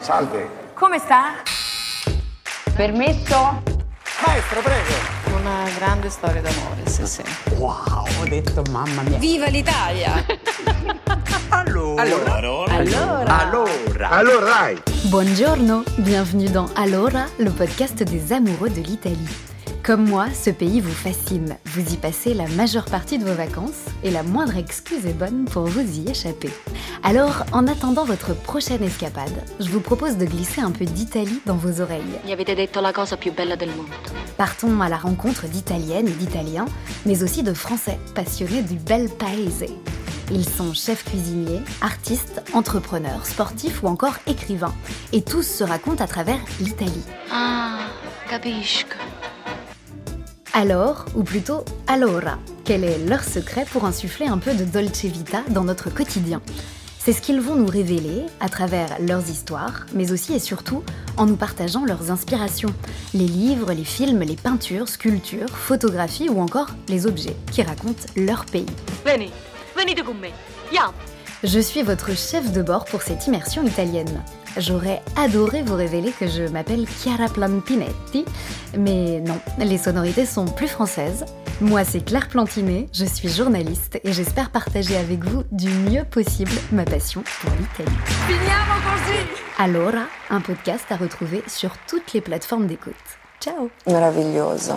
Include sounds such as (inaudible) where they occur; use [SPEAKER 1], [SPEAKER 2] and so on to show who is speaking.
[SPEAKER 1] Salve.
[SPEAKER 2] Come sta?
[SPEAKER 3] Permesso?
[SPEAKER 1] Maestro, prego.
[SPEAKER 4] Una grande storia d'amore, sì, sì.
[SPEAKER 5] Wow, ho detto mamma mia.
[SPEAKER 2] Viva l'Italia!
[SPEAKER 5] (laughs) Allora, allora,
[SPEAKER 4] Allora,
[SPEAKER 1] Allora, dai.
[SPEAKER 6] Buongiorno, bienvenue dans Allora, le podcast des amoureux de l'Italie. Comme moi, ce pays vous fascine. Vous y passez la majeure partie de vos vacances et la moindre excuse est bonne pour vous y échapper. Alors, en attendant votre prochaine escapade, je vous propose de glisser un peu d'Italie dans vos oreilles.
[SPEAKER 3] Mi avete detto la cosa più bella del mondo.
[SPEAKER 6] Partons à la rencontre d'Italiennes et d'Italiens, mais aussi de Français passionnés du bel paese. Ils sont chefs cuisiniers, artistes, entrepreneurs, sportifs ou encore écrivains, et tous se racontent à travers l'Italie.
[SPEAKER 3] Ah, capisco.
[SPEAKER 6] Alors, ou plutôt allora, quel est leur secret pour insuffler un peu de dolce vita dans notre quotidien C'est ce qu'ils vont nous révéler à travers leurs histoires, mais aussi et surtout en nous partageant leurs inspirations, les livres, les films, les peintures, sculptures, photographies ou encore les objets qui racontent leur pays.
[SPEAKER 3] Venite, venite con me. Andiamo.
[SPEAKER 6] Je suis votre chef de bord pour cette immersion italienne. J'aurais adoré vous révéler que je m'appelle Chiara Plantinetti, mais non, les sonorités sont plus françaises. Moi, c'est Claire Plantinet, je suis journaliste et j'espère partager avec vous du mieux possible ma passion pour l'Italie.
[SPEAKER 2] Finiamo così!
[SPEAKER 6] Allora, un podcast à retrouver sur toutes les plateformes d'écoute. Ciao
[SPEAKER 7] Meraviglioso.